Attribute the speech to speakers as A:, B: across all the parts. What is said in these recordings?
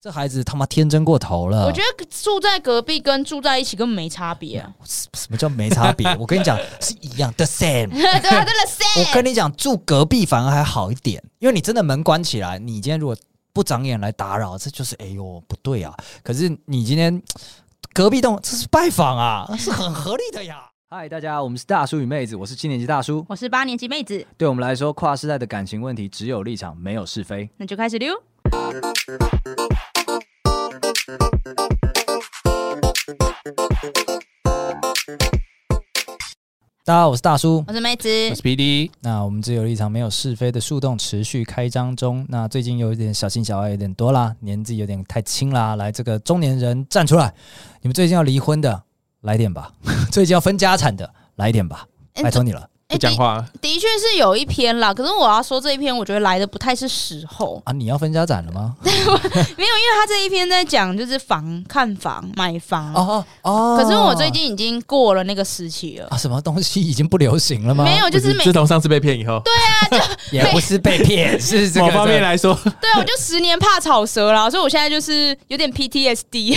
A: 这孩子他妈天真过头了。
B: 我觉得住在隔壁跟住在一起根本没差别、啊。
A: 什什么叫没差 别？我跟你讲是一样的 same。
B: 对啊，真的
A: 嗯
B: 是。
A: 我跟你讲，住隔壁反而还好一点，因为你真的门关起来，你今天如果不长眼来打扰，这就是哎呦不对啊。可是你今天隔壁栋这是拜访啊，是很合理的呀。嗨，大家，我们是大叔与妹子，我是七年级大叔。
B: 我是八年级妹子，
A: 对我们来说，跨世代的感情问题只有立场，没有是非。
B: 那就开始溜。
A: 大家好，我是大叔。
B: 我是妹子，
C: 我是 PD，
A: 那我们只有立场，没有是非的树洞持续开张中。那最近有一点小情小爱有点多啦，年纪有点太轻啦。来，这个中年人站出来，你们最近要离婚的来点吧， 最近要分家产的来点吧，
B: 哎
A: 拜托你了，
B: 哎
C: 不讲话，
B: 的的确是有一篇啦，可是我要说这一篇，我觉得来的不太是时候
A: 啊！你要分家产了 吗？
B: 没有，因为他这一篇在讲就是房、看房、买房。
A: 哦哦，
B: 可是我最近已经过了那个时期了，
A: 啊，什么东西已经不流行了吗？
B: 没有，哦就是每
C: 自从上次被骗以后，对
A: 也不是被骗，是这个
C: 某方面来说，
B: 对啊，我就十年怕草蛇啦，所以我现在就是有 点 PTSD。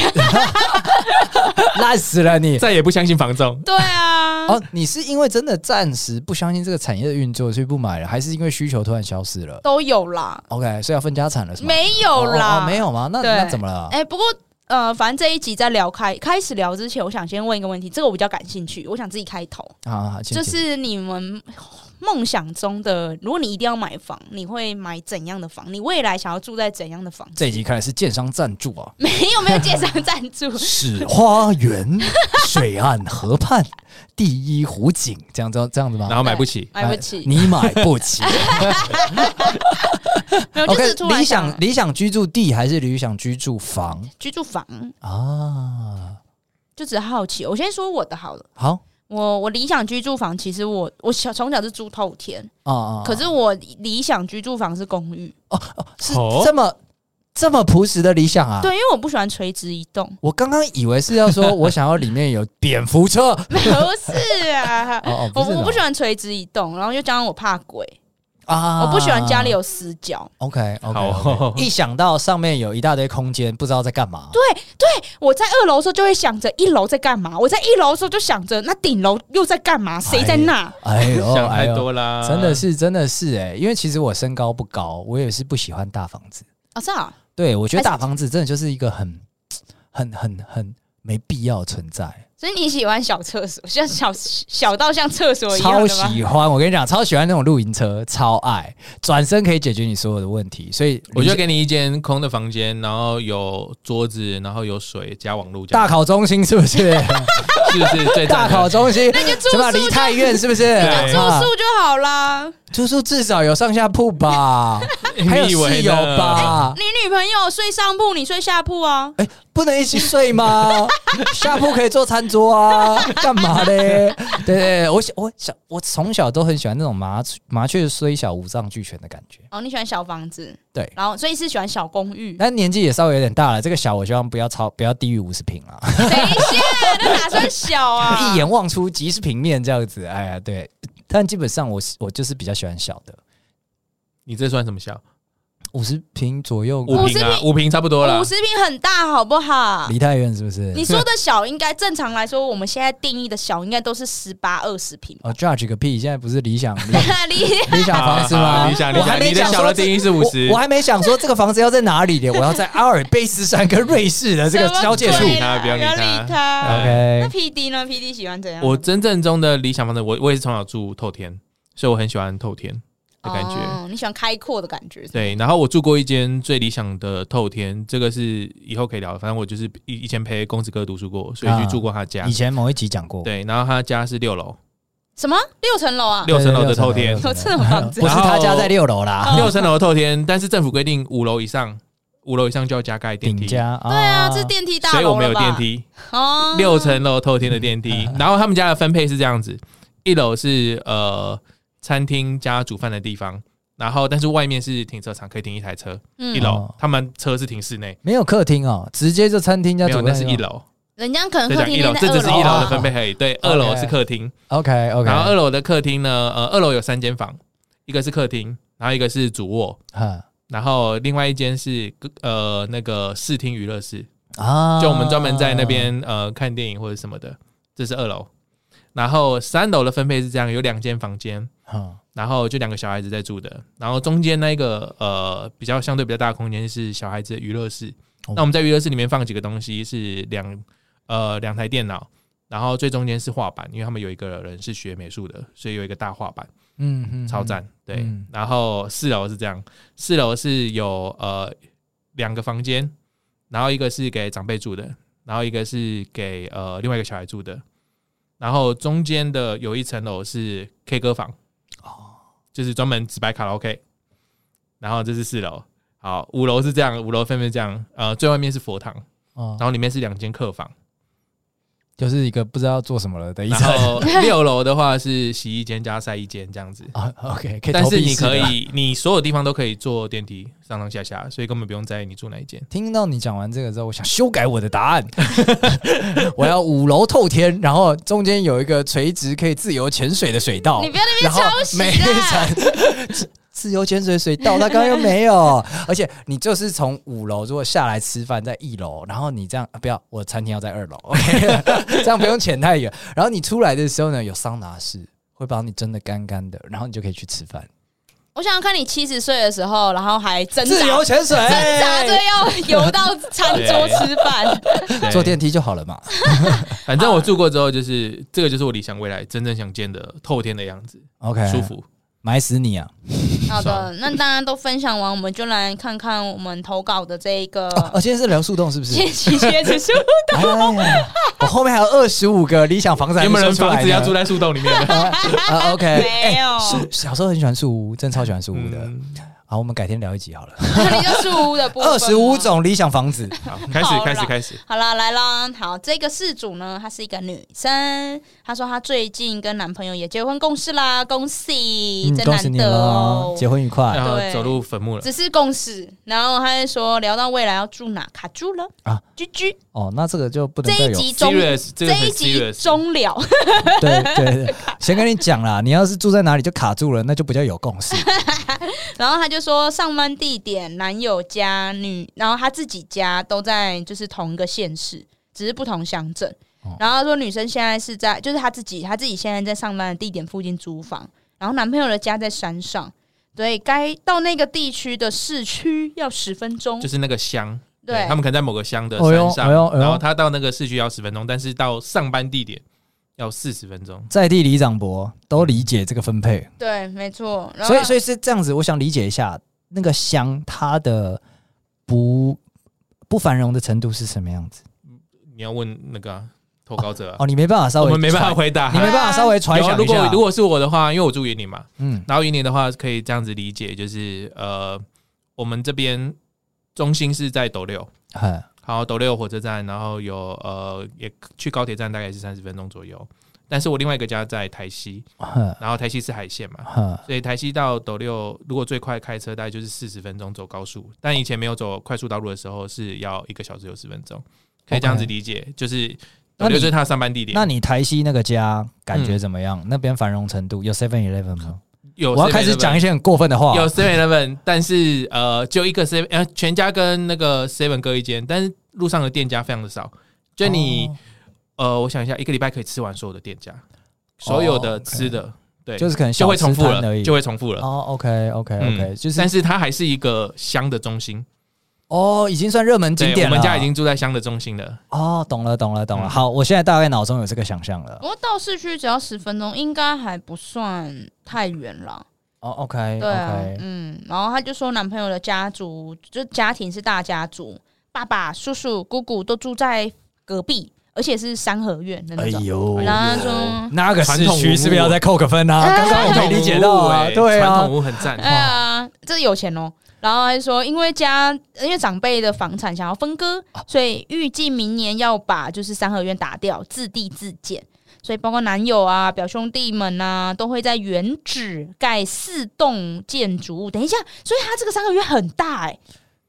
A: 烂死了你。
C: 再也不相信房仲。
B: 对啊，
A: 哦，你是因为真的暂时不相信这个产业的运作，所以不买了，还是因为需求突然消失了
B: 都有啦，
A: ？OK，所以要分家产了是吗？
B: 没有
A: 哦哦
B: 啦，
A: 哦没。有吗？那
B: 对
A: 那怎么了？
B: 哎、不过呃，反正这一集在聊开开始聊之前，我想先问一个问题，这个我比较感兴趣，我想自己开头，
A: 啊，请
B: 就
A: 请
B: 是你们梦想中的，如果你一定要买房，你会买怎样的房？你未来想要住在怎样的房？
A: 这一集看来是建商赞助啊，
B: 没有没有介绍赞助，
A: 是花园、水岸、河畔、第一湖景，这样子这样子吗？
C: 然后买不起，
B: 买不
A: 哎
B: 起，
A: 你买不 起。
B: 没有，就
A: OK，
B: 是突然
A: 理
B: 哦想
A: 想理想居住地还是理想居住房
B: 居住房，
A: 啊？
B: 就只是好奇。我先说我的好了。
A: 好
B: 我我理想居住房，其实我我小从小是住透天，
A: 啊啊，
B: 可是我理想居住房是公寓，
A: 是
C: 哦
A: 这么这么朴实的理想啊？
B: 对，因为我不喜欢垂直移动，
A: 我刚刚以为是要说，我想要里面有蝙蝠 车。
B: 不是啊，
A: 哦哦，
B: 我
A: 是
B: 我不喜
A: 欢
B: 欢垂直移动，然后又加上我怕鬼，
A: 啊
B: 我不喜欢家里。有死角，
A: OK
C: 好
A: OK，
C: 哦
A: 一想到上面有一大堆空间，不知道在干嘛。
B: 我在二楼的时候就会想着一楼在干嘛，我在一楼的时候就想着那顶楼又在干嘛，谁在那？
A: 哎呦，
C: 想
A: 哎
C: 太
A: 呦，
C: 多啦，
A: 真的是真的是哎，因为其实我身高不高，我也是不喜欢大房子。
B: 哦，是啊，
A: 对，我觉得
B: 还是
A: 大房子真的就是一个很、很、很、很没必要存在。
B: 所以你喜欢小厕所，像小小到像厕所一样
A: 超
B: 的吗？
A: 喜欢，我跟你讲，超喜欢那种露营车，超爱，转身可以解决你所有的问题。所以
C: 我就给你一间空的房间，然后有桌子，然后有水加网络，这
A: 大
C: 样
A: 考中心是不是？
C: 是不是最
A: 大
C: 赞的
A: 考中心，
B: 那就住
A: 什么
B: 宿
A: 离太远是不是？
C: 那就
B: 住
A: 啊
B: 宿就好啦。
A: 住宿至少有上下铺吧，还有
C: 你以为呢
A: 室友吧？
B: 你女朋友睡上铺，你睡下铺啊？
A: 不能一起睡 吗？下铺可以做餐桌啊，干嘛嘞？对对对，我小我小我从小都很喜欢那种麻麻雀虽小五脏俱全的感觉。
B: 哦，你喜欢小房子，
A: 对
B: 然后所以是喜欢小公寓。
A: 但年纪也稍微有点大了，这个小我希望不要超不要低于五十平啦，啊
B: 等一下，那哪算小 啊？
A: 一眼望出即是平面这样子。哎呀，对，但基本上我是我就是比较喜欢小的，
C: 你这算什么小？
A: 五十平左右。
C: 五平啊，五平差不多啦
B: 五。十平很大，好不好？
A: 离太远是不是？
B: 你说的小，应该正常来说，我们现在定义的小应该都是十八二十平。
A: 哦，judge 个屁！现在不是理想
C: 哦
A: 理
B: 你
A: 啊理想房 子
C: 好好
A: 吗？
C: 好理想理
A: 我
C: 想
A: 还没
C: 啊你的
A: 讲
C: 小
A: 说
C: 的
A: 这
C: 定义是50
A: 我我还没想说这个房子要在哪里的，我要在阿尔卑斯山跟瑞士的这个交界处
B: 什。么
C: 不
B: 鬼啊啦
C: 要理他不要理
B: 不要
C: 他
B: 理他。那
A: OK，
B: P D 呢？P D 喜欢怎样？
C: 哎我真正中的理想房子，我我也是从小住透天，所以我很喜欢透天的感觉。
B: 哦，你喜欢开阔的感觉。
C: 对，然后我住过一间最理想的透天，这个是以后可以聊的。反正我就是以以前陪公子哥读书过，嗯所以去住过他家。
A: 以前某一集讲过，
C: 对，然后他家是六楼，
B: 什么六层楼啊？
C: 六层楼的透天
A: 六层
B: 有
A: 楼
B: 这种房子啊
A: 不？是他家
C: 然后
A: 在六楼
B: 哦
A: 啦，
C: 六层楼的透天，但是政府规定五楼以上，五楼以上就要加盖电
A: 顶
C: 梯，
A: 家。
B: 对啊，这电梯大
C: 所以我
B: 楼
C: 们
B: 了
C: 有
B: 吧？
C: 电梯，
B: 哦，
C: 六层楼透天的电梯。
A: 嗯
C: 然后他们家的分配是这样子，一楼是呃餐厅加煮饭的地方，然后但是外面是停车场，可以停一台车。
B: 嗯
C: 一楼
A: 哦
C: 他们车是停室内，
A: 没有客厅哦，直接就餐厅加
C: 没
A: 主哦
C: 有
A: 卧
C: 那是一。楼。
B: 人家可能
C: 再
B: 客
C: 讲
B: 厅
C: 一楼，
B: 在
C: 这只是
B: 二
C: 一
B: 啊
C: 楼的分配而已。对，
A: OK
C: 二楼是客厅，
A: OK 哦 OK，
C: 然后二楼的客厅呢，呃，二楼有三间房，一个是客厅，然后一个是主卧，然后另外一间是呃那个视听娱乐室，
A: 啊，
C: 就我们专门在那边呃看电影或者什么的，这是二楼。然后三楼的分配是这样，有两间房间，
A: 嗯，
C: 然后就两个小孩子在住的，然后中间那个呃比较相对比较大的空间是小孩子的娱乐室。
A: 哦
C: 那我们在娱乐室里面放几个东西，是两呃两台电脑，然后最中间是画板，因为他们有一个人是学美术的，所以有一个大画板，
A: 嗯嗯，
C: 超赞。对，
A: 嗯
C: 然后四楼是这样，四楼是有呃两个房间，然后一个是给长辈住的，然后一个是给呃另外一个小孩住的，然后中间的有一层楼是 K 歌房。
A: 哦，
C: 就是专门只摆卡拉 OK。然后这是四楼，好，五楼是这样，五楼分别这样，呃，最外面是佛堂，
A: 哦，
C: 然后里面是两间 客房，
A: 就是一个不知道做什么了的医
C: 然
A: 生
C: 后六楼的话是洗衣间加晒衣间这样子。
A: 啊。OK，可以，
C: 但是你可。以，你所有地方都可以坐电梯上上下下，所以根本不用在意你住哪 一间。
A: 听到你讲完这个之后，我想修改我的答案， 我要五楼透天，然后中间有一个垂直可以自由潜水的水道
B: 你，不要那边
A: 然后
B: 抄袭啊
A: 每一
B: 啦！
A: 层自由潜水水道，它刚刚又没有，而且你就是从五楼如果下来吃饭在一楼，然后你这样、啊不要，我餐厅要在二楼，OK，这样不用潜太远。然后你出来的时候呢，有桑拿室。会把你蒸的干干的，然后你就可以去吃饭。
B: 我想想看你七十岁的时候，然后还挣
A: 自由
B: 扎
A: 潜水，
B: 挣扎着要游到餐桌吃饭，
C: 对
A: 坐电梯就好了嘛。
C: 反
A: 啊
C: 正我住过之后，就是这个就是我理想未来真正想见的透天的样子，
A: OK，
C: 舒，服。
A: 埋死你啊！
B: 好的，那大家都分享完，我们就来看看我们投稿的这一个
A: 哦，今天是聊树洞是不是？
B: 谢谢谢谢 叔。
A: 哎呀，我后面还有二十五个理想房子还
C: 有
A: 没
C: 没
A: 说
C: 有人
A: 出来
C: 房
A: 呢，
C: 子要住在树洞 里面 的？
A: 啊？OK，
B: 没有
A: 哎树小时候很喜欢树屋，真的超喜欢树屋的。
C: 嗯，
A: 好，我们改天聊一集好了。
B: 你就树屋的部分吗
A: 二十五。种理想房子，
C: 好，开始
B: 好啦
C: 开始开始。
B: 好啦，来啦，好，这个事主呢，她是一个女生，她说她最近跟男朋友也结婚共事啦，恭喜，
A: 嗯，
B: 真
A: 恭喜
B: 难
A: 你
B: 得
A: 喽
B: 哦，，
A: 结婚愉快
C: 然后
B: 对
C: 走入坟墓了。
B: 只是共事。然后她还说聊到未来要住哪，卡住了
A: 啊，
B: 居居
A: 哦。那这个就不能
B: 这
A: 再
B: 一
A: 有
B: 集中。
C: serious，
B: 这
C: 这个很
B: 一集
C: serious。
B: 中了，
A: 对对对，先跟你讲啦，你要是住在哪里就卡住了，那就不叫有共 识。
B: 然后她就说上班地点、男友家、女，然后她自己家都在就是同一个县市，只是不同乡镇
A: 哦。
B: 然后她说女生现在是在，就是她自己，她自己现在在上班的地点附近租房，然后男朋友的家在山上，所以该到那个地区的市区要十分钟。
C: 就是那个乡，
B: 对
C: 他们可能在某个乡的
A: 哎呦
C: 山
A: 哎呦
C: 上，
A: 哎呦
C: 然后他到那个市区要十分钟，但是到上班地点要四十分钟。
A: 在地里长伯都理解这个分配，
B: 对，没错。然后
A: 所以所以是这样子，我想理解一下那个香它的不不繁荣的程度是什么样子。
C: 你要问那个啊投稿者啊，
A: 哦，你没办法稍
C: 我
A: 微，
C: 们没办法，回答
A: 你。没办法稍微揣
C: 有啊
A: 想
C: 如
A: 一
C: 果
A: 下。
C: 如果是我的话，因为我住云林嘛，
A: 嗯
C: 然后云林的话可以这样子理解，就是呃，我们这边中心是在斗六，
A: 哎
C: 好，斗六火车站，然后有呃，也去高铁站大概是三十分钟左右。但是我另外一个家在台西，
A: 哼
C: 然后台西是海线嘛，
A: 哼
C: 所以台西到斗六，如果最快开车大概就是四十分钟走高速，但以前没有走快速道路的时候是要一个小时六十分钟，可以这样子
A: OK
C: 理解，就是
A: 那
C: 斗
A: 你
C: 六就是他的上班地点。
A: 那你台西那个家感觉
C: 嗯
A: 怎么样？那边繁荣程度有 Seven Eleven 吗？
C: 有
A: 我要开始
C: 7-Eleven
A: 讲一些很过分的话。
C: 有 Seven Eleven，但是呃，就一个 Seven，呃，全家跟那个 Seven 各一间，但是路上的店家非常的少，就你、
A: 哦
C: 呃，我想一下，一个礼拜可以吃完所有的店家，所有的
A: OK
C: 吃的，对，
A: 哦就是可能
C: 就会
A: 小
C: 重
A: 吃
C: 复
A: 摊而
C: 了，
A: 已。
C: 就会重复了。
A: 哦，OK OK
C: 嗯
A: OK，就是
C: 但是它还是一个乡的中心，
A: 哦，已经算热门景
C: 对，
A: 点
C: 我
A: 了。
C: 们家已经住在乡的中心了。
A: 哦，懂了懂了懂了。
C: 嗯
A: 好，我现在大概脑中有这个想象了
B: 不。过到市区只要十分钟，应该还不算太远了。
A: 哦，OK
B: 对啊
A: OK，
B: 嗯，然后她就说男朋友的家族就家庭是大家族，爸爸、叔叔、姑姑都住在隔壁，而且是三合院的那种。
A: 哎呦
B: 然后她说。
A: 那个市
C: 传统文
A: 区
C: 物
A: 是不是要再扣个分啊？刚刚我没理解到啊，
C: 传统屋
A: 对
C: 欸传
A: 啊
C: 统，屋很赞。
B: 哎 呀，这有钱哦。然后还说，因为家因为长辈的房产想要分割，
A: 啊
B: 所以预计明年要把就是三合院打掉，自地自建。所以包括男友啊、表兄弟们啊，都会在原址盖四栋建筑物。等一下，所以他这个三合院很大哎、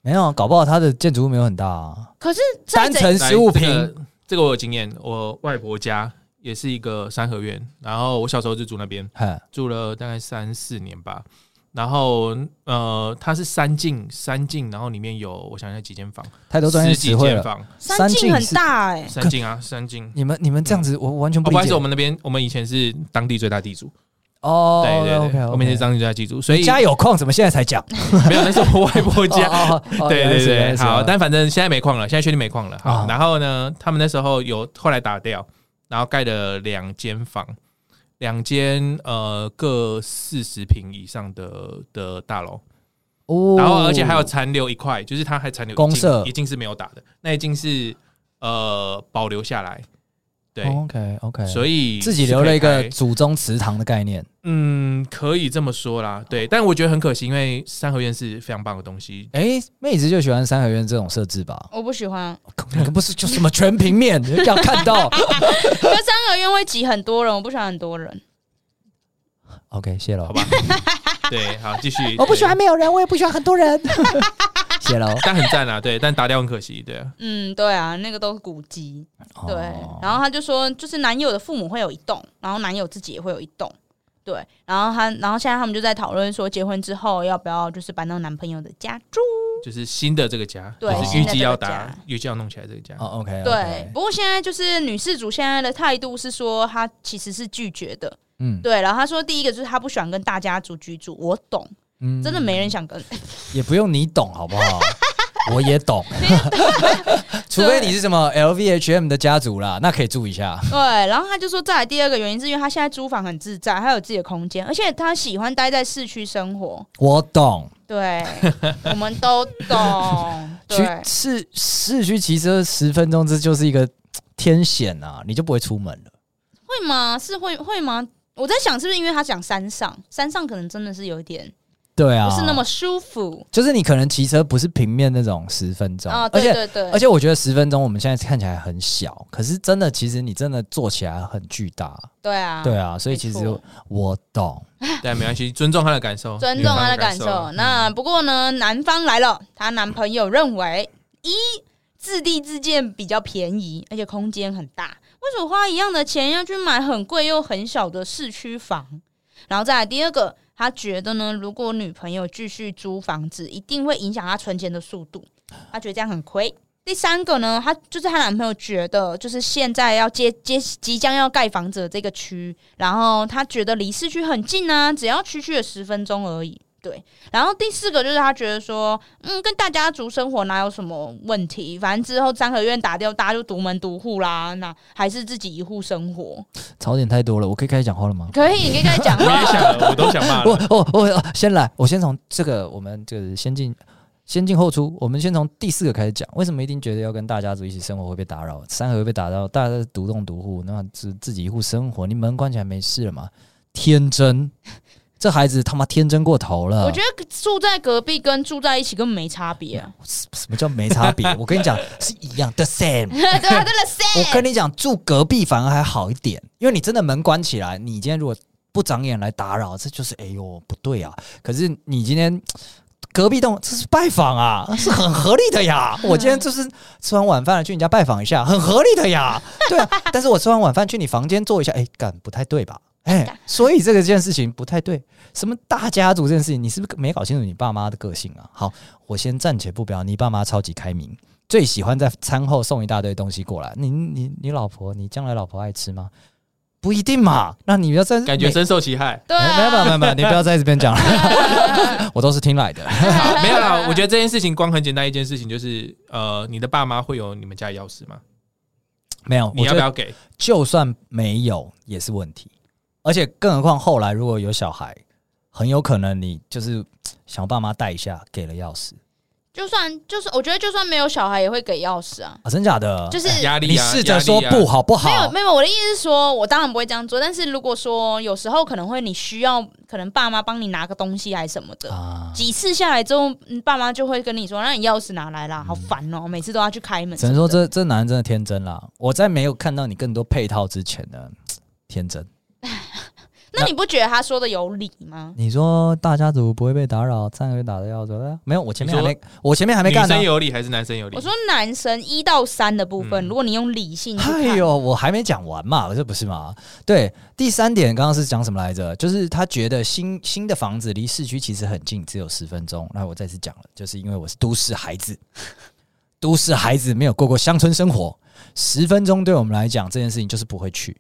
A: 没有，搞不好它的建筑物没有很大啊，
B: 可是在
A: 单层
C: 来
A: 十五
C: 这
A: 平
C: 个这个我有经验，我外婆家也是一个三合院，然后我小时候就住那边，
A: 哼
C: 住了大概三四年吧。然后呃，它是三进三进，然后里面有我想一下几间房，
A: 太多专业
C: 十几
A: 词汇
C: 间
A: 了。
C: 房，
B: 三
A: 进
B: 进很
A: 是
B: 大哎、
C: 三进啊，三进。
A: 你们你们这样子，我我完全
C: 哦，
A: 不
C: 不好
A: 理
C: 意思，
A: 解
C: 我。们那边我们以前是当地最大地主，
A: 哦，
C: 对对
A: OK，
C: 对，我们以前是当地最大地主，所以
A: 家有空怎么现在才讲？
C: 没有那是我外婆 家，
A: 哦，哦哦
C: 对
A: 原来
C: 对
A: 是原来
C: 对，
A: 是
C: 好，但反正现在没矿了，现在确定没矿了。好，
A: 啊
C: 然后呢，他们那时候有后来打掉，然后盖了两间房，两间呃各四十平以上的的大楼，
A: 哦
C: 然后而且还有残留一块，就是它还残留一
A: 公
C: 进
A: 社
C: 一进是没有打的，那一进是呃保留下来，对，
A: OK OK，
C: 所以
A: 哦自己留了一
C: 是可
A: 个
C: 以开
A: 祖宗祠堂的概念。
C: 嗯，可以这么说啦，对，但我觉得很可惜，因为三合院是非常棒的东西，
A: 哎，妹子就喜欢三合院这种设置 吧？
B: 我不喜欢，
A: 那个不是就什么全平面要看到
B: 可是三合院会挤很多人，我不喜欢很多人。
A: ？OK，谢喽哦
C: 好。吧？对，好，继续。
A: 我不喜
C: 对
A: 欢没有人，我也不喜欢很多 人。谢喽。
C: 但很赞啊，对，但打掉很可惜，对啊，
B: 嗯，对啊，那个都是古迹。对，
A: 哦
B: 然后他就说，就是男友的父母会有一栋，然后男友自己也会有一栋。对，然后他，然后现在他们就在讨论说，结婚之后要不要就是搬到男朋友的家
A: 哦
B: 住。
C: 就是新的这个家，
B: 对
C: 就是预
B: 新的
C: 计
B: 这个
C: 要
B: 家
C: 打，预计要弄起来这个家。
A: 哦，OK，
B: 对，，不过现在就是女事主现在的态度是说，她其实是拒绝的。
A: 嗯
B: 对，然后她说第一个就是她不喜欢跟大家族居住，我懂，
A: 嗯
B: 真的没人想跟。
A: 也不用你懂，好不 好？我也懂，除非你是什么 LVHM 的家族啦，那可以住一下。
B: 对，然后她就说再来第二个原因是因为她现在租房很自在，她有自己的空间，而且她喜欢待在市区生活。
A: 我懂，
B: 对，我们都懂。
A: 去
B: 对，
A: 市市区骑车十分钟，这就是一个天险啊，你就不会出门了。
B: 会吗？是会会吗？我在想是不是因为他讲山上，山上可能真的是有一点
A: 对啊，
B: 不是那么，舒服
A: 就是你可能骑车不是平面那种十分钟，
B: 啊、
A: 而
B: 对
A: 且
B: 对对，
A: 而且我觉得十分钟我们现在看起来很小，可是真的，其实你真的做起来很巨大。
B: 对啊，
A: 对啊，所以其
B: 没
A: 实
B: 错
A: 我懂。
C: 但没关系，尊重他的感受，
B: 尊
C: 女
B: 重
C: 方
B: 她的
C: 的
B: 感受。那不过呢，男方来了，她男朋友认为一自地自建比较便宜，而且空间很大，为什么花一样的钱要去买很贵又很小的市区房？然后再来第二个，他觉得呢，如果女朋友继续租房子，一定会影响他存钱的速度，他觉得这样很亏。第三个呢，她就是她男朋友觉得，就是现在要接接即将要盖房子的这个区，然后她觉得离市区很近啊，只要区区的十分钟而已。对，然后第四个就是她觉得说，嗯，跟大家族生活哪有什么问题，反正之后三合院打掉，大家就独门独户啦，那还是自己一户生活。
A: 槽点太多了，我可以开始讲话了吗？
B: 可以，你可以跟他讲啊
C: 我也
B: 话。
C: 想了，我都想 骂
A: 我
C: 了。
A: 我我先来，我先从这个我们就是先进先进后出，我们先从第四个开始讲。为什么一定觉得要跟大家族一起生活会被打扰？三合会被打扰，大家都独栋独户，那自自己一户生活，你门关起来没事了嘛？天真，这孩子他妈天真过头了。
B: 我觉得 住在隔壁跟住在一起根本没差别、啊，
A: 什什么叫没差别？我跟你讲是一样的 same。
B: 对啊，真的是。，
A: 我跟你讲，住隔壁反而还好一点，因为你真的门关起来，你今天如果不长眼来打扰，这就是哎呦不对啊。可是你今天隔壁栋这是拜访啊，是很合理的呀。我今天就是吃完晚饭了去你家拜访一下，很合理的呀。对啊， 但是我吃完晚饭去你房间坐一下，哎，干不太对吧？哎，所以这个件事情不太对。什么大家族这件事情，你是不是没搞清楚你爸妈的个性啊？好，我先暂且不表，你爸妈超级开明，最喜欢在餐后送一大堆东西过来。你你你老婆，你将来老婆爱吃吗？不一定嘛。那你要在
C: 感觉
A: 每
C: 深受其害
B: 对
A: 没有没有
B: 啊，
A: 没有没有，你不要在这边讲了， 我都是听来的。
C: 好没有啦。我觉得这件事情光很简单一件事情，就是呃，你的爸妈会有你们家的钥匙吗？
A: 没有，
C: 你
A: 哦我
C: 要
A: 觉
C: 不
A: 得
C: 要给？
A: 就算没有也是问题，而且更何况后来如果有小孩，很有可能你就是想爸妈带一下，给了钥匙
B: 就算就是，我觉得就算没有小孩也会给钥匙啊，
A: 啊，真假的？
B: 就是。
C: 压力
A: 你
C: 啊，
A: 试着
C: 压力
A: 说
C: 啊
A: 不好不好？
B: 没有没有，我的意思是说，我当然不会这样做。但是如果说有时候可能会你需要，可能爸妈帮你拿个东西还是什么的，
A: 啊，
B: 几次下来之后，嗯爸妈就会跟你说：“那你钥匙拿来啦，好烦哦、每次都要去开门。”
A: 嗯只能说这这男人真的天真啦。我在没有看到你更多配套之前呢，嘖天真。
B: 那你不觉得他说的有理吗？
A: 你说大家族不会被打扰，战友打的要走了，没有，我前面还没，我前面还没
C: 女
A: 干呢
C: 生。有理还是男生有理？
B: 我说男生一到三的部分，
C: 嗯
B: 如果你用理性去
A: 哎
B: 看，
A: 呦，我还没讲完嘛，这不是吗？对，第三点刚刚是讲什么来着？就是他觉得新新的房子离市区其实很近，只有十分钟。那我再次讲了，就是因为我是都市孩子， 都市孩子没有过过乡村生活，十分钟对我们来讲这件事情就是不会去，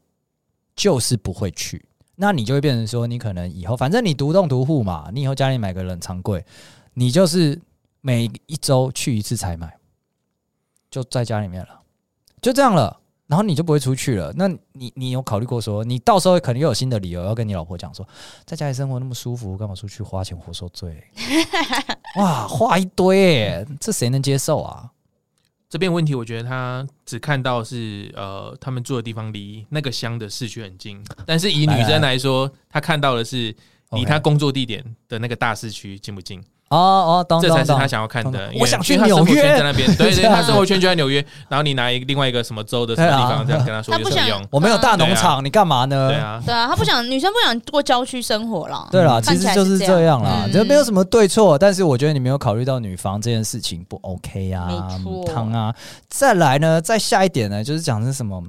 A: 就是不会去。那你就会变成说，你可能以后反正你独栋独户嘛，你以后家里买个冷藏柜，你就是每一周去一次采买，就在家里面了，就这样了。然后你就不会出去了。那你你有考虑过说，你到时候可能又有新的理由要跟你老婆讲说，在家里生活那么舒服，干嘛出去花钱活受罪？哇，花一堆耶，这谁能接受啊？
C: 这边问题，我觉得他只看到是呃，他们住的地方离那个乡的市区很近，但是以女生来说，她看到的是离
A: OK
C: 她工作地点的那个大市区近不近，
A: 哦哦，懂
C: 这
A: 懂
C: 才是她
A: 懂。
C: 想要看
A: 懂懂
C: 的。因
A: 哦
C: 为
A: 我想去
C: 因为她生活
A: 纽约
C: 圈在那边，对
A: 这
C: 对，
A: 样
C: 她生活圈就在纽约，然后你拿一个另外一个什么州的什么地
A: 对
C: 方这
A: 啊
C: 样跟她说
B: 她
C: 有
B: 不
C: 什么
B: 想
C: 用？
A: 我没有大农场，你干嘛呢？
C: 啊对啊，
B: 对啊，他 不想女生不想过郊区生活了。
A: 对啦，
B: 嗯看
A: 其
B: 起
A: 实
B: 来
A: 就是
B: 是这
A: 这样啦，
B: 嗯
A: 这没有什么对错，但是我觉得你没有考虑到女房这件事情不 OK 啊，
B: 没错
A: 母汤啊。再来呢，再下一点呢，就是讲是什么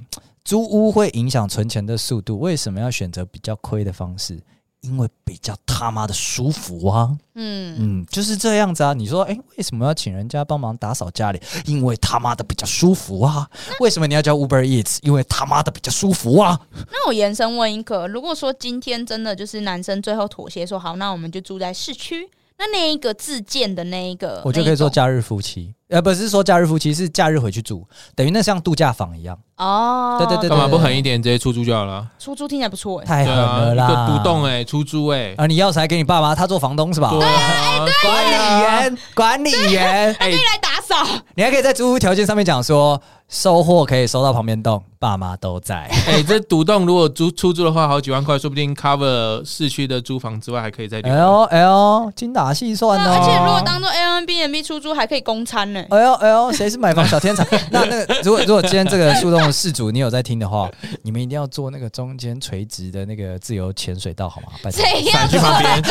A: 租屋会影响存钱的速度，为什么要选择比较亏的方式？因为比较他妈的舒服啊，
B: 嗯，
A: 嗯，就是这样子啊。你说，哎、为什么要请人家帮忙打扫家里？因为他妈的比较舒服啊。为什么你要叫 Uber Eats？因为他妈的比较舒服啊。
B: 那我延伸问一个，如果说今天真的就是男生最后妥协说好，那我们就住在市区，那那一个自建的那一个，
A: 我就可以说假日夫妻，呃，不是说假日夫妻，是假日回去住，等于那像度假房一样，
B: 那一种哦，
A: 对对对
C: 干嘛不狠一点，直接出租就好了？
B: 出租听起来不错哎，
A: 太
C: 对
A: 狠
C: 啊，
A: 了
C: 一
A: 啦！
C: 个独栋哎，出租哎，
A: 啊，你钥匙还给你爸妈，他做房东是吧？
C: 啊，
A: 管理员，管理员，
C: 哎，
B: 来打扫，
A: 你还可以在租屋条件上面讲说，收货可以收到旁边栋，爸妈都在。
C: 哎、这独栋如果租出租的话，好几万块，说不定 cover 市区的租房之外，还可以再留。
A: 哎呦哎呦，精打细算
B: 那
A: 哦。
C: 啊
B: 而且如果当做 Airbnb 出租还可以供餐呢，
A: 哎呦哎呦，谁是买房小天才？那那个，如果如果今天这个树洞的事主你有在听的话，你们一定要做那个中间垂直的那个自由潜水道，好吗？拜托
B: 怎。样
C: 闪去旁边，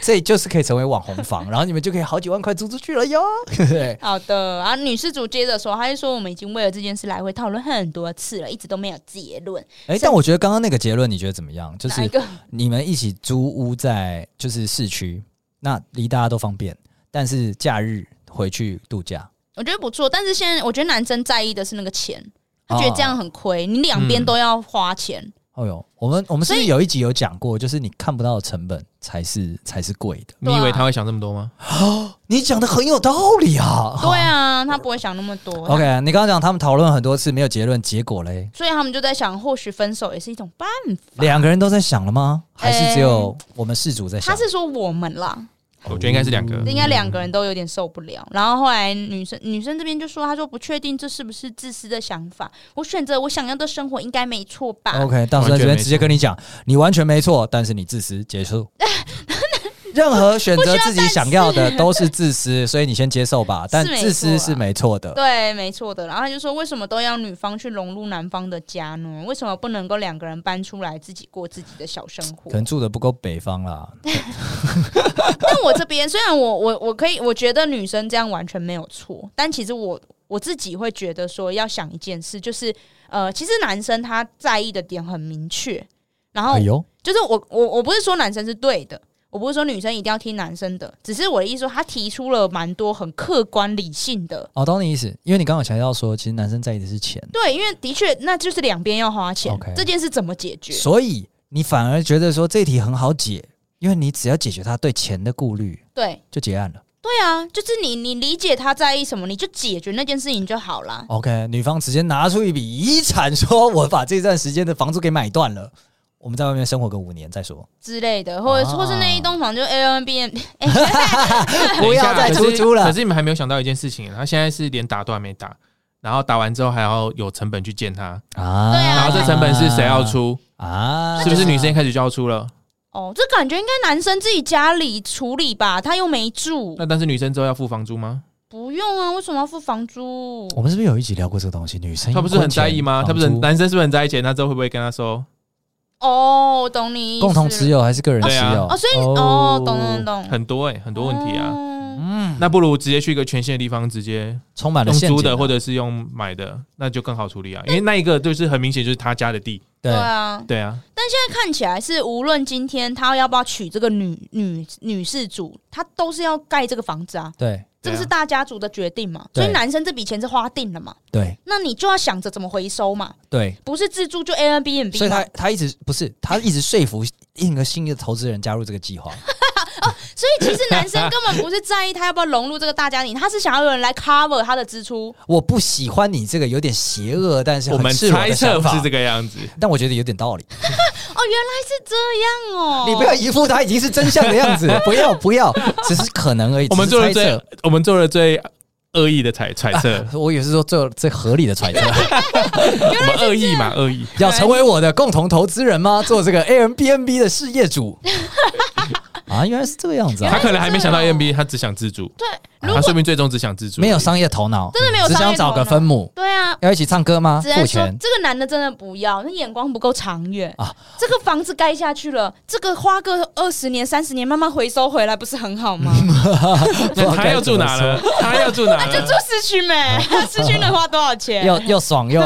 A: 这就是可以成为网红房，然后你们就可以好几万块租出去了 哟，对不对？
B: 好的，啊，女事主接着说，她就说我们已经为了这件事来回讨论很多次了，一直都没有结论。
A: 哎，但我觉得刚刚那个结论你觉得怎么样？就
B: 哪一
A: 是
B: 个？
A: 你们一起租屋在就是市区，那离大家都方便，但是假日回去度假，
B: 我觉得不错，但是现在我觉得男生在意的是那个钱，他觉得这样很亏，你两边
C: 嗯
B: 都要花钱。
A: 哦呦，我们我们是不
B: 所
A: 是
B: 以
A: 有一集有讲过，就是你看不到的成本才是才是贵的？
C: 你以为他会想这么多吗？
A: 你讲的很有道理啊。
B: 对啊，他不会想那么多。
A: 哦 OK，你刚刚讲他们讨论很多次没有结论，结果嘞，
B: 所以他们就在想，或许分手也是一种办法。
A: 两个人都在想了吗？还是只有我们事主在
B: 他
A: 想？
B: 是说我们啦，
C: 我觉得应该是两个。
B: 应该
A: 嗯
B: 两个人都有点受不了。然后后来女生女生这边就说，她说不确定这是不是自私的想法，我选择我想要的生活应该没错吧？
A: OK，到时候
C: 完全
A: 这边
C: 没
A: 直接
C: 错
A: 跟你讲，你完全没错，但是你自私，结 束。 任何选择自己想要的都是自 私，所以你先接受吧。但
B: 是没
A: 自私
B: 错
A: 是
B: 啊
A: 没错的，
B: 对，没错的。然后他就说，为什么都要女方去融入男方的家呢？为什么不能够两个人搬出来自己过自己的小生活
A: 可？能住的不够北方啦。
B: 但我这边虽然我我我可以，我觉得女生这样完全没有错，但其实我我自己会觉得说，要想一件事，就是呃，其实男生他在意的点很明确，然后
A: 哎呦，
B: 就是我我我不是说男生是对的，我不是说女生一定要听男生的，只是我的意思说，他提出了蛮多很客观理性的。
A: 哦，懂你意思，因为你刚刚有强调说，其实男生在意的是钱，
B: 对，因为的确，那就是两边要花钱
A: OK
B: 这件事怎么解决？
A: 所以你反而觉得说这题很好解，因为你只要解决他对钱的顾虑，
B: 对
A: 就结案了。
B: 对啊，就是你你理解他在意什么，你就解决那件事情就好啦。
A: OK，女方直接拿出一笔遗产，说我把这段时间的房租给买断了，我们在外面生活个五年再说。
B: 之类的，或者、
A: 啊
B: 或是那一栋房就 Airbnb，
A: 不要再出租了
C: 可是可是你们还没有想到一件事情，他现在是连打都还没打，然后打完之后还要有成本去见他，
A: 啊
B: 对啊
C: 然后这成本是谁要出？
A: 啊？
C: 是不是女生一开始就要出了？
B: 哦，这感觉应该男生自己家里处理吧，他又没住，
C: 那但是女生之后要付房租吗？
B: 不用啊，为什么要付房租？
A: 我们是不是哎有一集聊过这个东西？女生
C: 她不是很在意吗？她
A: 她
C: 不是很男生是不是很在意钱？他之后会不会跟她说？
B: 哦，我懂你意思
A: 共
B: 了
A: 同持有还是个人持
C: 对啊
A: 有？
B: 哦，所以哦，懂懂懂，
C: 很多哎、很多问题啊。
B: 哦
A: 嗯，
C: 那不如直接去一个全新的地方，直接
A: 充满了
C: 用
A: 陷
C: 租
A: 阱
C: 的
A: 啊，
C: 或者是用买的，那就更好处理啊。因为那一个就是很明显就是他家的地，
A: 对
B: 对啊，
C: 对啊，
B: 但看起来是无论今天他要不要娶这个女女女事主，他都是要盖这个房子啊，
A: 对
B: 这个是
C: 对啊
B: 大家族的决定嘛，
A: 对
B: 所以男生这笔钱是花定了嘛，
A: 对
B: 那你就要想着怎么回收嘛，
A: 对，
B: 不是自住就 a i r b n b
A: 所以他他一直不是他一直说服另一个新的投资人加入这个计划，
B: 所以其实男生根本不是在意他要不要融入这个大家庭，他是想要有人来 cover 他的支出。
A: 我不喜欢你这个有点邪恶，但是
C: 我们猜测不是这
A: 个，
C: 个样子。
A: 但我觉得有点道理。
B: 哦，原来是这样哦！
A: 你不要一副他已经是真相的 样子，不要不要，只是可能而已。
C: 我们
A: 只
C: 做
A: 是猜
C: 了最
A: 测，
C: 我们做了最恶意的猜揣 测，
A: 我也是说最最合理的揣测，
C: 我们恶意嘛，恶意。
A: 要成为我的共同投资人吗？做这个 Airbnb 的事业主啊，原来是这个样子
C: 他
A: 啊，
C: 可能还没想到 M B，他只想自主，
B: 对，如
C: 他
B: 果
C: 说明最终只想自 主，
A: 没有商业头脑，
B: 真的没有
A: 只
B: 商
A: 想
B: 业头
A: 找
B: 脑
A: 个分母，
B: 对啊，
A: 要一起唱歌吗？
B: 只
A: 付
B: 能说
A: 钱。
B: 这个男的真的不要，那眼光不够长远
A: 啊
B: 啊！这个房子盖下去了，这个花个二十年、三十年慢慢回收回来，不是很好吗？
C: 那他要住哪了？他要住哪
B: 那就住
C: 了？
B: 市区没？市区能花多少钱？
A: 又又爽又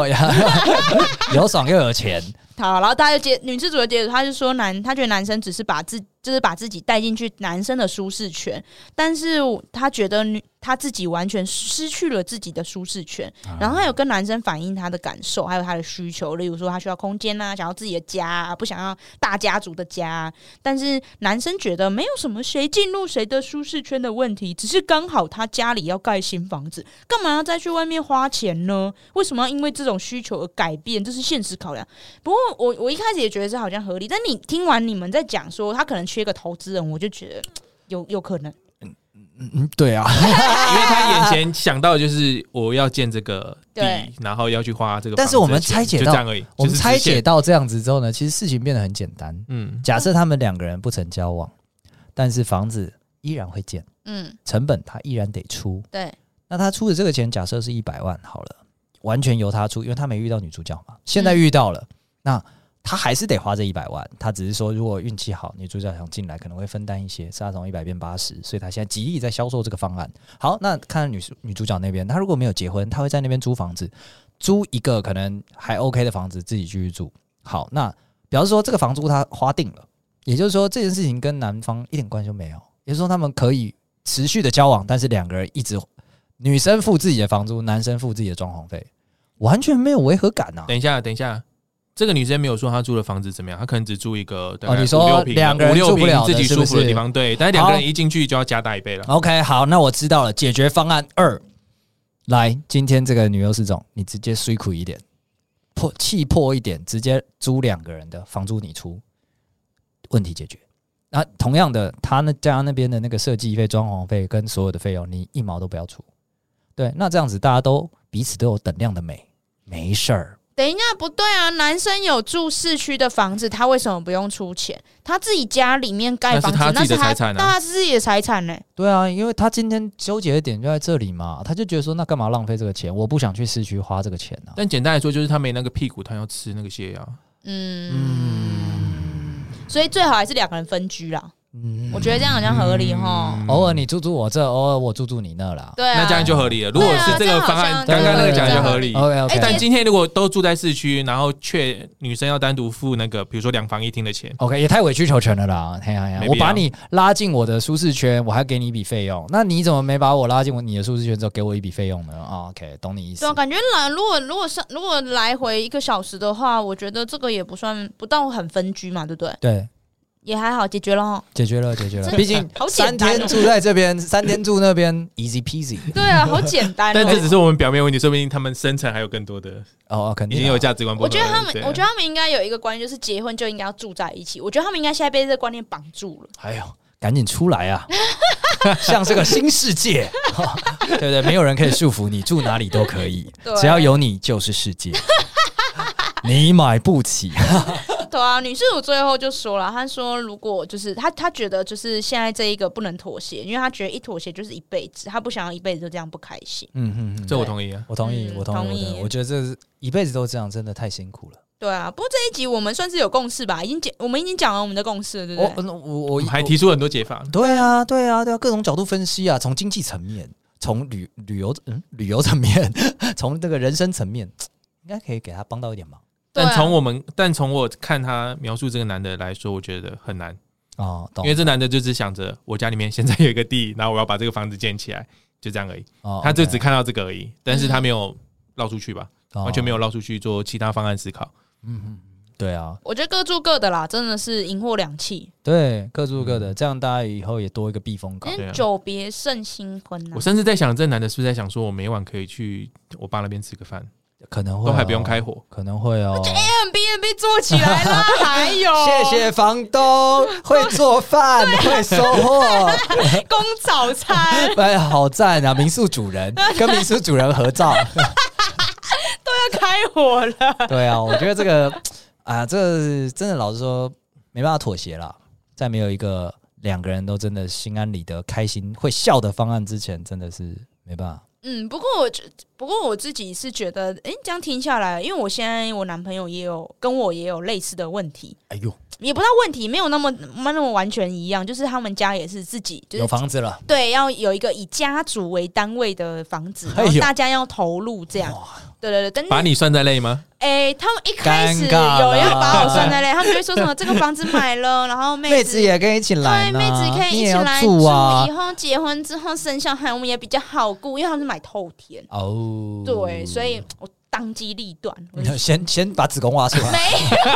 A: 有爽又有钱，
B: 好，然后他就接女制主的解读，他就说男，他觉得男生只是把自就是把自己带进去男生的舒适圈，但是我他觉得女他自己完全失去了自己的舒适圈。然后他有跟男生反映他的感受，还有他的需求，例如说他需要空间啊，想要自己的家、啊，不想要大家族的家啊、但是男生觉得没有什么谁进入谁的舒适圈的问题，只是刚好他家里要盖新房子，干嘛要再去外面花钱呢？为什么要因为这种需求而改变？这是现实考量。不过我我一开始也觉得这好像合理，但你听完你们在讲说他可能缺个投资人，我就觉得有有可能。
A: 嗯，对啊，
C: 因为他眼前想到的就是我要建这个地
B: 对，
C: 然后要去花这个房子的钱，
A: 但是我们拆解到
C: 就这样而已，
A: 我们
C: 就是
A: 拆
C: 直线
A: 解，到这样子之后呢，其实事情变得很简单。
C: 嗯，
A: 假设他们两个人不曾交往，但是房子依然会建，
B: 嗯，
A: 成本他依然得出。
B: 对，
A: 那他出的这个钱，假设是一百万好了，完全由他出，因为他没遇到女主角嘛。现在遇到了，那他还是得花这一百万。他只是说，如果运气好，女主角想进来，可能会分担一些，是他从一百变八十，所以他现在极力在销售这个方案。好，那看女女主角那边，她如果没有结婚，她会在那边租房子，租一个可能还 OK 的房子自己继续住。好，那表示说这个房租她花定了，也就是说这件事情跟男方一点关系都没有，也就是说他们可以持续的交往，但是两个人一直女生付自己的房租，男生付自己的装潢费，完全没有违和感呐、啊
C: 等一下，等一下。这个女生没有说她住的房子怎么样，她可能只住一个大概
A: 哦你说
C: 五六平的
A: 两个人
C: 五六
A: 住不了
C: 平
A: 的
C: 自己舒服
A: 是不是
C: 的地方，对，但是两个人一进去就要加大一倍了。
A: OK，好，那我知道了。解决方案二，来，今天这个女优市总，你直接水苦一点，破气破一点，直接租两个人的房租你出，问题解决。那同样的，他那家那边的那个设计费、装潢费跟所有的费用，你一毛都不要出。对，那这样子大家都彼此都有等量的美，没事儿。
B: 等一下，不对啊！男生有住市区的房子，他为什么不用出钱？他自己家里面盖房子，
C: 那
B: 那
C: 是他自己的财产啊
B: 那他自己的财产呢、
A: 对啊，因为他今天纠结的点就在这里嘛，他就觉得说，那干嘛浪费这个钱？我不想去市区花这个钱啊。
C: 但简单来说，就是她没那个屁股，她要吃那个蟹啊。
B: 嗯，所以最好还是两个人分居啦。
A: 嗯
B: 我觉得这样好像合理哈。
C: 嗯
A: 偶尔你住住我这，偶尔我住住你那啦。
B: 对啊，
C: 那这样就合理了。如
B: 对啊
C: 果是这个方案，
B: 这
C: 刚
B: 样好像
C: 刚那个讲就合理。
A: OK OK，
B: 哎
C: 但
B: 对
C: 今天如果都住在市区，然后却女生要单独付那个，比如说两房一厅的钱，
A: OK 也太委曲求全了啦。嘿呀嘿呀，
C: 没
A: 我
C: 必要
A: 把你拉进我的舒适圈，我还给你一笔费用，那你怎么没把我拉进我你的舒适圈之后给我一笔费用呢？啊，OK，懂你意思
B: 对啊，。感觉来如果如果是如果来回一个小时的话，我觉得这个也不算不到很分居嘛，对不对？
A: 对，
B: 也还好解决了哈。
A: 解决了，解决了。
B: 这
A: 毕 竟
B: 好
A: 三
B: 简单哦
A: 天住在这边，三天住那边，easy peasy。
B: 对啊，好简单、
C: 但这只是我们表面问题，说不定他们深层还有更多的，
A: 哦，哦肯
C: 已
A: 定
C: 经
A: 啊
C: 有价值观不
B: 我
C: 合。
B: 觉得他们
C: 对，
B: 哦我觉得他们应该有一个观念，就是结婚就应该要住在一起。我觉得他们应该现在被这个观念绑住了。
A: 哎呦，赶紧出来啊！ 像这个新世界， 哈对不对？没有人可以束缚你，住哪里都可以
B: 对，
A: 只要有你就是世界。你买不起，
B: 对啊，女事主最后就说了，她说如果就是她，她觉得就是现在这一个不能妥协，因为她觉得一妥协就是一辈子，她不想要一辈子就这样不开心。
A: 嗯嗯嗯，
C: 这我同意啊。
A: 我同意，
B: 嗯
A: 我同意，
B: 同
A: 我
B: 意
A: 同意。我觉得这一辈子都这样，真的太辛苦了。
B: 对啊，不过这一集我们算是有共识吧，已经讲我们已经讲完我们的共识了，对不
A: 我
B: 对？
A: 嗯我
C: 我
A: 我
C: 们还提出很多解法。
A: 对啊，对啊，对啊，各种角度分析啊，从经济层面，从旅旅游嗯旅游层面， 从这个人生层面，应该可以给他帮到一点忙
B: 对
C: 但
B: 啊
C: 从我们，但从我看他描述这个男的来说，我觉得很难，
A: 哦，
C: 因
A: 懂
C: 为这男的就只想着我家里面现在有一个地，然后我要把这个房子建起来，就这样而已。
A: 哦，
C: 他就
A: OK，
C: 只看到这个而已，但是
B: 嗯
C: 他没有绕出去吧，
A: 哦
C: 完全没有绕出去做其他方案思考。
A: 对啊，
B: 我觉得各做各的啦，真的是赢
C: 啊
B: 货 两气，
A: 对，各住
C: 嗯
A: 各的，这样大家以后也多一个避风港
B: 因。
C: 对啊
B: 为久别胜新婚呐、
C: 我甚至在想，这男的是不是在想说，我每晚可以去我爸那边吃个饭，
A: 可能会、
C: 都
A: 哦、
C: 还不用，开火。
A: 可能会哦。
B: b n b 做起来 啦，还有
A: 谢谢房东，会做 饭，会收获，
B: 供早餐，
A: 哎，好赞啊！民宿主 人跟民宿主人合照，
B: 要开火了。
A: 对啊，我觉得这个啊，这真的老实说没办法妥协啦。在没有一个两个人都真的心安理得、开心会笑的方案之前，真的是没办法。
B: 嗯，不过我觉，不过我自己是觉得，哎、这样听下来，因为我现在我男朋友也有跟我也有类似的问题，
A: 哎呦，
B: 也不知道问题，没有那么没那么完全一样，就是他们家也是自己就
A: 有
B: 是。
A: 房子了，
B: 对，要有一个以家族为单位的房子，
A: 哎
B: 然
A: 呦
B: 后大家要投入这样。对对对，但是
C: 把你算在内吗？
B: 哎、他们一开
A: 尴
B: 始有
A: 尬
B: 人要
A: 了
B: 把我算在内，他们就会说什么这个房子买了，然后妹
A: 妹子也跟一起来
B: 对，
A: 呢，
B: 妹子可以
A: 你
B: 一
A: 也
B: 起
A: 要
B: 来
A: 住啊
B: 以。后结婚之后生小孩，我们也比较好顾，因为他们是买透天，
A: 哦，
B: 对，所以我当机立 断。我就
A: 先先把子宫挖出来。
B: 没，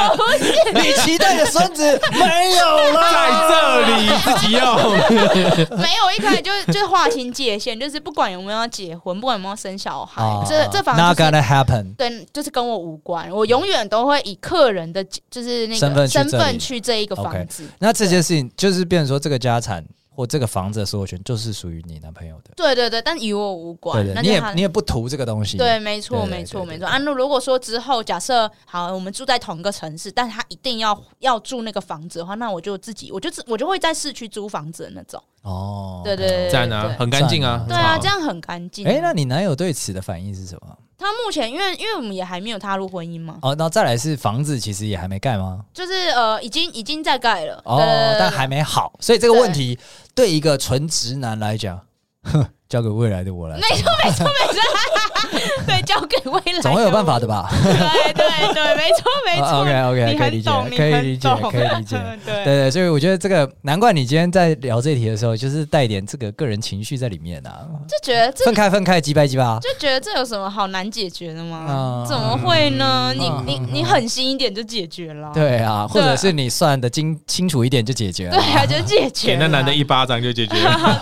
A: 你期待的孙子 没 有了，
C: 在这里自己用。
B: 没有，我一开始就就是划清界限，就是不管有没有要结婚，不管有没有生小孩，
A: 啊
B: 哎这这房
A: not
B: 子、就是、
A: gonna happen。
B: 对，就是跟我无关。我永远都会以客人的就是那个
A: 身份去这里
B: 去这一个
A: OK
B: 房子。
A: 那这件事情就是变成说，这个家产或这个房子的所有权就是属于你男朋友的，
B: 对对对，但与我无关。
A: 对对，
B: 那
A: 你
B: 就
A: 也
B: 他
A: 你也不图这个东西，
B: 对，没错，
A: 对对
B: 没错，
A: 对对
B: 没错。啊，那如果说之后假设好，我们住在同一个城市，但他一定要要住那个房子的话，那我就自己，我就自我就会在市区租房子的那种。
A: 哦，
B: 对对嗯对
C: 赞啊，很干净啊，
B: 对啊，
C: 很好
B: 这样很干净。啊
A: 哎，那你男友对此的反应是什么？
B: 他目前因为因为我们也还没有踏入婚姻嘛，
A: 哦，那再来是房子其实也还没盖吗？
B: 就是呃，已经已经在盖了。
A: 哦
B: 对对对，对
A: 但还没好，所以这个问题对一个纯直男来讲，哼，交给未来的我来说，
B: 没错没错没错， 对，交给未来，
A: 总会有办法。的吧？
B: 对对对，没错没错。
A: OK OK，
B: 你
A: 可以
B: 很
A: 理解
B: 懂，，你
A: 可以
B: 很
A: 理解
B: 懂，
A: 可以理解。
B: 嗯 对
A: 对对，所以我觉得这个难怪你今天在聊这题的时候，就是带点这个个人情绪在里面啊。
B: 就觉得这
A: 分开分开，击败击败啊。
B: 就觉得这有什么好难解决的吗？
A: 嗯
B: 怎么会呢？
A: 嗯
B: 你
A: 嗯
B: 你你狠心一点就解决了，
A: 对啊，或
B: 对
A: 者是你算的清清楚一点就解决
B: 对
A: 了。
B: 啊，就解决
C: 给
B: 了。
C: 那男的一巴掌就解决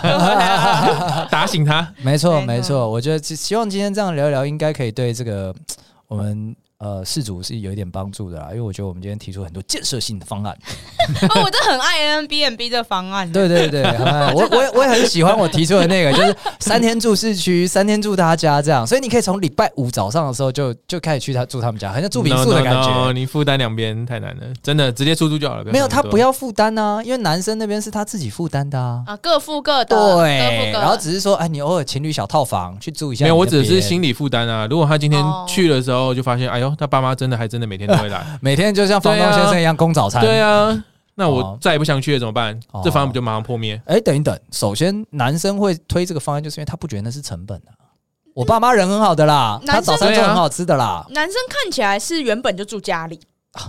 C: 了，打醒他。
A: 没错
B: 对
A: 没错，我觉得希希望今天这样聊一聊，应该可以对这个我们呃事主是有一点帮助的啦。因为我觉得我们今天提出很多建设性的 方案。
B: 哦，我真的很爱 N B N B 这方案。
A: 对对对，很爱我我也我也很喜欢我提出的 那个，就是三天住市区，三天住他家这样。所以你可以从礼拜五早上的时候就就开始去他住他们家，很像住民宿的感
C: No, no, no,
A: 觉。
C: 你负担两边太难了，真的直接出租就好了。
A: 没有，他
C: 想那么多
A: 不要负担啊，因为男生那边是他自己负担的啊。
B: 啊，各付各的，各
A: 对，
B: 付各的
A: 然后只是说，哎，你偶尔情侣小套房去住一下
C: 没
A: 你那边。
C: 有，我只是心理负担啊。如果他今天
B: 哦
C: 去的时候就发现，哎呦，他爸妈真的还真的每天都会 来，
A: 每天就像房东先生一样供早餐。
C: 啊对啊，那
A: 哦
C: 我再也不想去了怎么办
A: 哦？
C: 这方案不就马上破灭？
A: 哎，等一等，首先男生会推这个方案，就是因为他不觉得那是成本啊。我爸妈人很好的啦，他
B: 男生
A: 早餐做很好吃的啦，
B: 男生看起来是原本就住家里，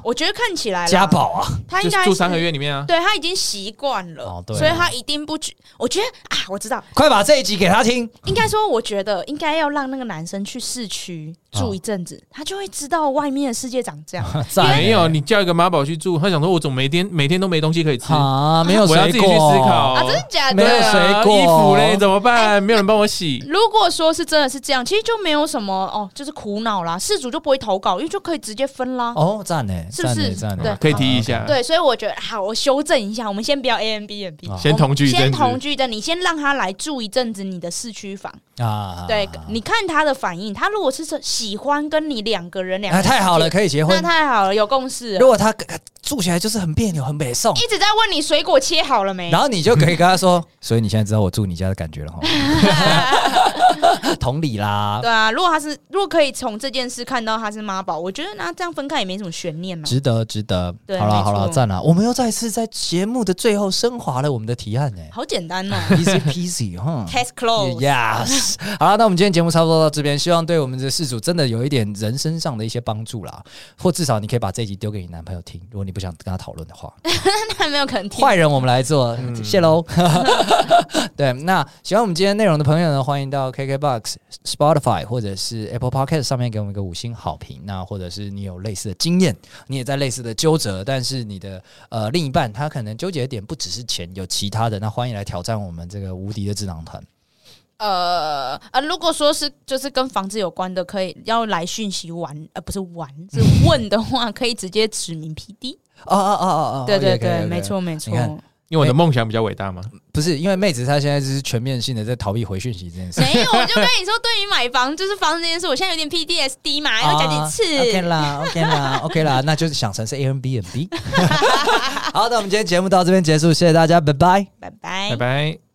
B: 我觉得看起来啦
A: 啊家，宝啊，
B: 他
C: 就
B: 应该
C: 住三个
B: 是。
C: 月里面啊。
B: 对他已经习惯了，
A: 哦对啊
B: 所以他一定不觉。我觉得啊，我知道，
A: 快把这一集给他 听。
B: 应该说，我觉得应该要让那个男生去市区住一阵
A: 哦
B: 子，他就会知道外面的世界长 这样。啊
A: 赞欸
C: 没有，你叫一个妈宝去住，他想说，我怎么每天每天都没东西可以吃？
A: 啊，没有
C: 我要自
A: 水
C: 己去思考
A: 果，
B: 啊，真的假的？
A: 没有
C: 对啊
A: 水果
C: 衣服嘞怎么办？没有人帮我洗。
B: 如果说是真的是这样，其实就没有什么哦，就是苦恼啦，事主就不会投稿，因为就可以直接分啦。
A: 哦，赞呢，
B: 是不是
A: 赞呢赞欸呢
B: 对
C: 可以提议一下，
B: 对，所以我觉得好，我修正一下，我们先不要 A N B N B，
A: 啊
C: 先同居一阵子
B: 先同居的，你先让他来住一阵子你的市区房，
A: 啊
B: 对，你看他的反应，他如果是喜欢跟你两个人两
A: 哎
B: 个人
A: 太好了，，可以结
B: 那
A: 婚。
B: 太好了，有共识
A: 如果
B: 了，
A: 他住起来就是很别扭、很北宋，
B: 一直在问你水果切好了没
A: 然，后你就可以跟他说，所以你现在知道我住你家的感觉了哈。同理啦
B: 对，啊，如果他是如果可以从这件事看到他是妈宝，我觉得那这样分开也没什么悬念嘛。
A: 值得值得。
B: 对
A: 好了
B: 没
A: 好
B: 错
A: 了，赞了！我们又再次在节目的最后升华了我们的提案 哎、
B: 好简单哦
A: easy peasy 哈。
B: ，test close。
A: Yes，好了，那我们今天节目差不多到这边，希望对我们的事主真的有一点人身上的一些帮助啦，或至少你可以把这一集丢给你男朋友听，如果你不想跟他讨论的话。
B: 那没有可能听。
A: 坏人我们来做，
C: 嗯
A: 谢喽。 对，那喜欢我们今天内容的朋友呢，欢迎到 KKBox、Spotify 或者是 Apple Podcast 上面给我们一个五星好评。那或者是你有类似的经验，你也在类似的纠结，但是你的呃另一半他可能纠结的点不只是钱，有其他的，那欢迎来挑战我们这个无敌的智囊团。
B: 呃呃，如果说是就是跟房子有关的，可以要来讯息玩，呃，不是玩，是问的话，可以直接指名 P D。
A: 哦哦哦哦哦，
B: 对对
A: OK，OK，OK
B: 对，没。错没错
A: 你。看
C: 因为
A: 哎
C: 我的梦想比较伟大嘛。
A: 不是因为妹子她现在就是全面性的在逃避回讯息这件事。
B: 没有，我就跟你说，对于买房就是房子这件事，我现在有点 P D S D 嘛，要讲几次。
A: 啊哦 OK 啦，OK 啦，OK 啦，那就是想成是 Airbnb。好，那我们今天节目到这边结束，谢谢大家，拜拜。
B: 拜拜
C: 拜。拜。